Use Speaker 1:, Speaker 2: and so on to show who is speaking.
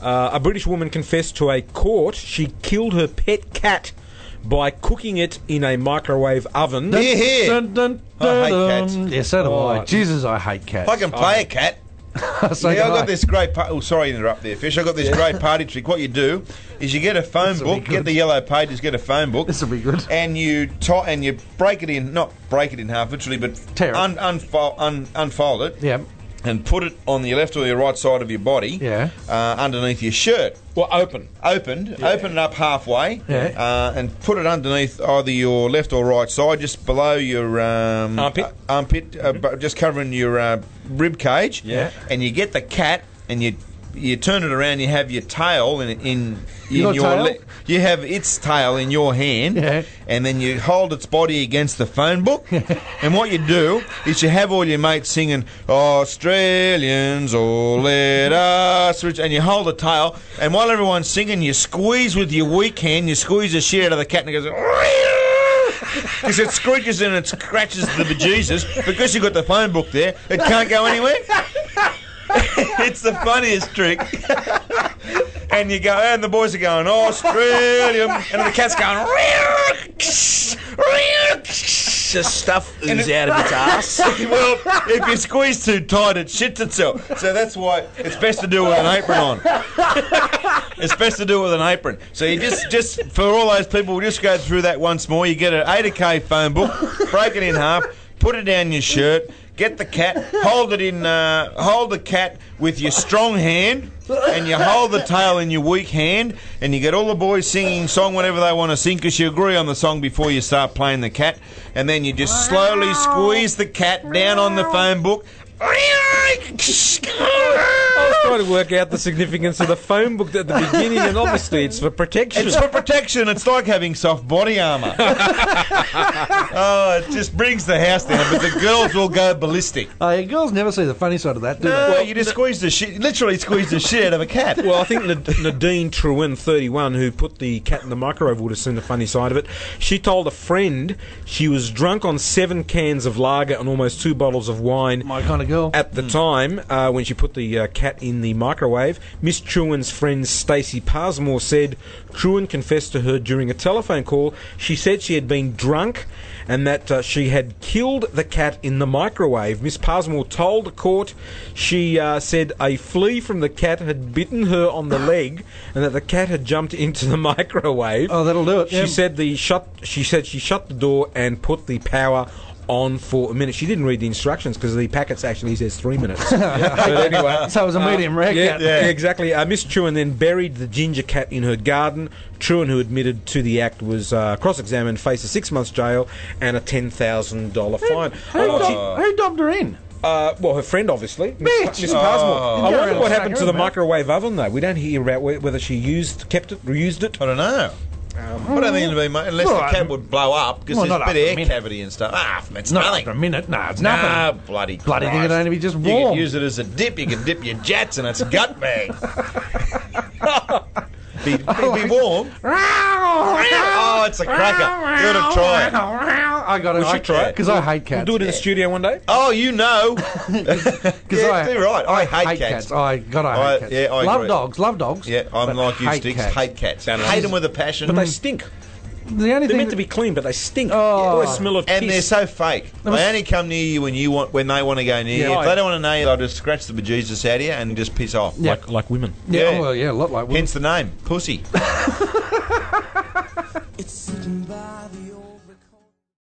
Speaker 1: Uh, a British woman confessed to a court she killed her pet cat by cooking it in a microwave oven.
Speaker 2: Hear, hear.
Speaker 3: Dun, dun,
Speaker 2: I hate
Speaker 3: dun,
Speaker 2: cats.
Speaker 3: dun. Yeah, so do
Speaker 1: Oh.
Speaker 3: I. Jesus, I hate cats.
Speaker 2: If I can play a cat.
Speaker 3: So
Speaker 2: yeah,
Speaker 3: do
Speaker 2: I
Speaker 3: I.
Speaker 2: got this great. Pa- oh, sorry to interrupt there, Fish. I got this great party trick. What you do is you get a phone
Speaker 3: will be
Speaker 2: book,
Speaker 3: good.
Speaker 2: get the yellow pages, get a phone book.
Speaker 3: This'll be good.
Speaker 2: And you t- and you break it in, not break it in half, literally, but
Speaker 3: Tear it.
Speaker 2: un- unfold, un- unfold it.
Speaker 3: Yeah.
Speaker 2: And put it on your left or your right side of your body.
Speaker 3: Yeah.
Speaker 2: Uh, underneath your shirt.
Speaker 1: Well, open.
Speaker 2: Opened, open it up halfway,
Speaker 3: Yeah.
Speaker 2: uh, and put it underneath either your left or right side, just below your um,
Speaker 1: Armpit?
Speaker 2: uh, armpit, uh, bu- just covering your uh, rib cage.
Speaker 1: Yeah.
Speaker 2: and you get the cat, and you you turn it around. You have your tail in in,
Speaker 3: You
Speaker 2: in
Speaker 3: got a
Speaker 2: your
Speaker 3: tail?
Speaker 2: you have its tail in your hand,
Speaker 3: Yeah.
Speaker 2: and then you hold its body against the phone book. and what you do is you have all your mates singing Australians, all let us, reach-" and you hold the tail. And while everyone's singing, you squeeze with your weak hand, you squeeze the shit out of the cat, and it goes. Because it screeches and it scratches the bejesus. Because you've got the phone book there, it can't go anywhere. it's the funniest trick. And you go, and the boys are going, "Oh, Australia. and the cat's going,
Speaker 4: Just stuff oozes out of its ass.
Speaker 2: well, if you squeeze too tight, it shits itself. So that's why it's best to do it with an apron on. It's best to do it with an apron. So you just, just for all those people, we'll just go through that once more. You get an 80k phone book, break it in half, put it down your shirt, get the cat, hold it in, uh, hold the cat with your strong hand, and you hold the tail in your weak hand, and you get all the boys singing song whenever they want to sing, because you agree on the song before you start playing the cat, and then you just slowly squeeze the cat down on the phone book.
Speaker 1: I was trying to work out the significance of the phone book at the beginning, and obviously it's for protection.
Speaker 2: It's for protection. It's like having soft body armor. oh, it just brings the house down, but the girls will go ballistic.
Speaker 3: Oh, yeah, girls never see the funny side of that, do
Speaker 2: well, you just squeeze the shit, literally squeeze the shit out of a cat.
Speaker 1: Well, I think Nad- Nadine Truin, 31, who put the cat in the microwave, would have seen the funny side of it. She told a friend she was drunk on seven cans of lager and almost two bottles of
Speaker 3: they?
Speaker 1: wine.
Speaker 3: My kind of girl.
Speaker 1: At the time, uh, when she put the uh, cat in the microwave, Miss Truan's friend Stacey Parsmore said Truan confessed to her during a telephone call. She said she had been drunk and that uh, she had killed the cat in the microwave. Miss Parsmore told the court she uh, said a flea from the cat had bitten her on the leg and that the cat had jumped into the microwave.
Speaker 3: Oh, that'll do it.
Speaker 1: She
Speaker 3: Yeah.
Speaker 1: said the shut. She said she shut the door and put the power on for a minute. She didn't read the instructions because the packets actually says three minutes. But anyway.
Speaker 3: So it was a medium rare
Speaker 1: Yeah,
Speaker 3: cat.
Speaker 1: yeah, exactly. Uh, Miss Truan then buried the ginger cat in her garden. Truan, who admitted to the act, was uh, cross-examined, faced a six months jail and a ten thousand dollar fine. I
Speaker 2: Oh.
Speaker 3: Who,
Speaker 1: wonder-
Speaker 3: dumped, who dumped her in?
Speaker 1: uh, well, her friend, obviously, Miss
Speaker 3: Bitch!
Speaker 1: Miss Parsmore.
Speaker 2: Oh.
Speaker 1: I wonder
Speaker 3: Yeah, I
Speaker 1: what
Speaker 3: snuck
Speaker 1: happened
Speaker 3: her
Speaker 1: to
Speaker 3: in,
Speaker 1: the
Speaker 3: mate.
Speaker 1: microwave oven, though. We don't hear about whe- whether she used, kept it, reused it.
Speaker 2: I don't know. I don't think it'd be much, unless
Speaker 3: um, Well,
Speaker 2: the
Speaker 3: I-
Speaker 2: cat would blow up because
Speaker 3: Well,
Speaker 2: there's
Speaker 3: not
Speaker 2: a
Speaker 3: up for
Speaker 2: bit
Speaker 3: a
Speaker 2: of air
Speaker 3: minute.
Speaker 2: cavity and stuff. Ah, it's
Speaker 3: Not
Speaker 2: nothing.
Speaker 3: for a minute. No, it's nothing.
Speaker 2: Ah, bloody
Speaker 3: Bloody thing,
Speaker 2: Christ.
Speaker 3: it only be just
Speaker 2: You
Speaker 3: warm.
Speaker 2: could use it as a dip. You can dip your jets in its gut bag. be, be, be warm. Oh, it's a cracker. Give it a try.
Speaker 3: I got it.
Speaker 2: should
Speaker 3: I
Speaker 2: try it.
Speaker 3: because I hate cats.
Speaker 1: We'll do it in the studio one day.
Speaker 2: Oh, you know.
Speaker 3: Because
Speaker 2: yeah,
Speaker 3: I
Speaker 2: you're right. I hate,
Speaker 3: hate
Speaker 2: cats.
Speaker 3: cats. I God, I
Speaker 2: I-
Speaker 3: hate cats.
Speaker 2: yeah, I
Speaker 3: love
Speaker 2: agree.
Speaker 3: dogs. Love dogs.
Speaker 2: Yeah, I'm
Speaker 3: but
Speaker 2: like you,
Speaker 3: hate
Speaker 2: Sticks.
Speaker 3: cats.
Speaker 2: Hate cats.
Speaker 1: No, no.
Speaker 2: Hate them with a passion.
Speaker 1: But
Speaker 2: Mm.
Speaker 1: they stink.
Speaker 3: The only
Speaker 1: They're
Speaker 3: thing
Speaker 1: meant to
Speaker 3: that-
Speaker 1: be clean, but they stink.
Speaker 3: Oh.
Speaker 1: They always smell of
Speaker 2: and they're
Speaker 1: piss.
Speaker 2: so fake.
Speaker 3: was-
Speaker 2: They only come near you when you want when they want to go near
Speaker 1: Yeah,
Speaker 2: you. If
Speaker 1: I-
Speaker 2: they don't want to know you, they'll just scratch the bejesus out of you and just piss off.
Speaker 3: Yeah.
Speaker 1: like, like women.
Speaker 3: yeah,
Speaker 2: yeah.
Speaker 3: well, yeah, a lot like women.
Speaker 2: Hence the name, pussy.
Speaker 5: It's sitting by the old.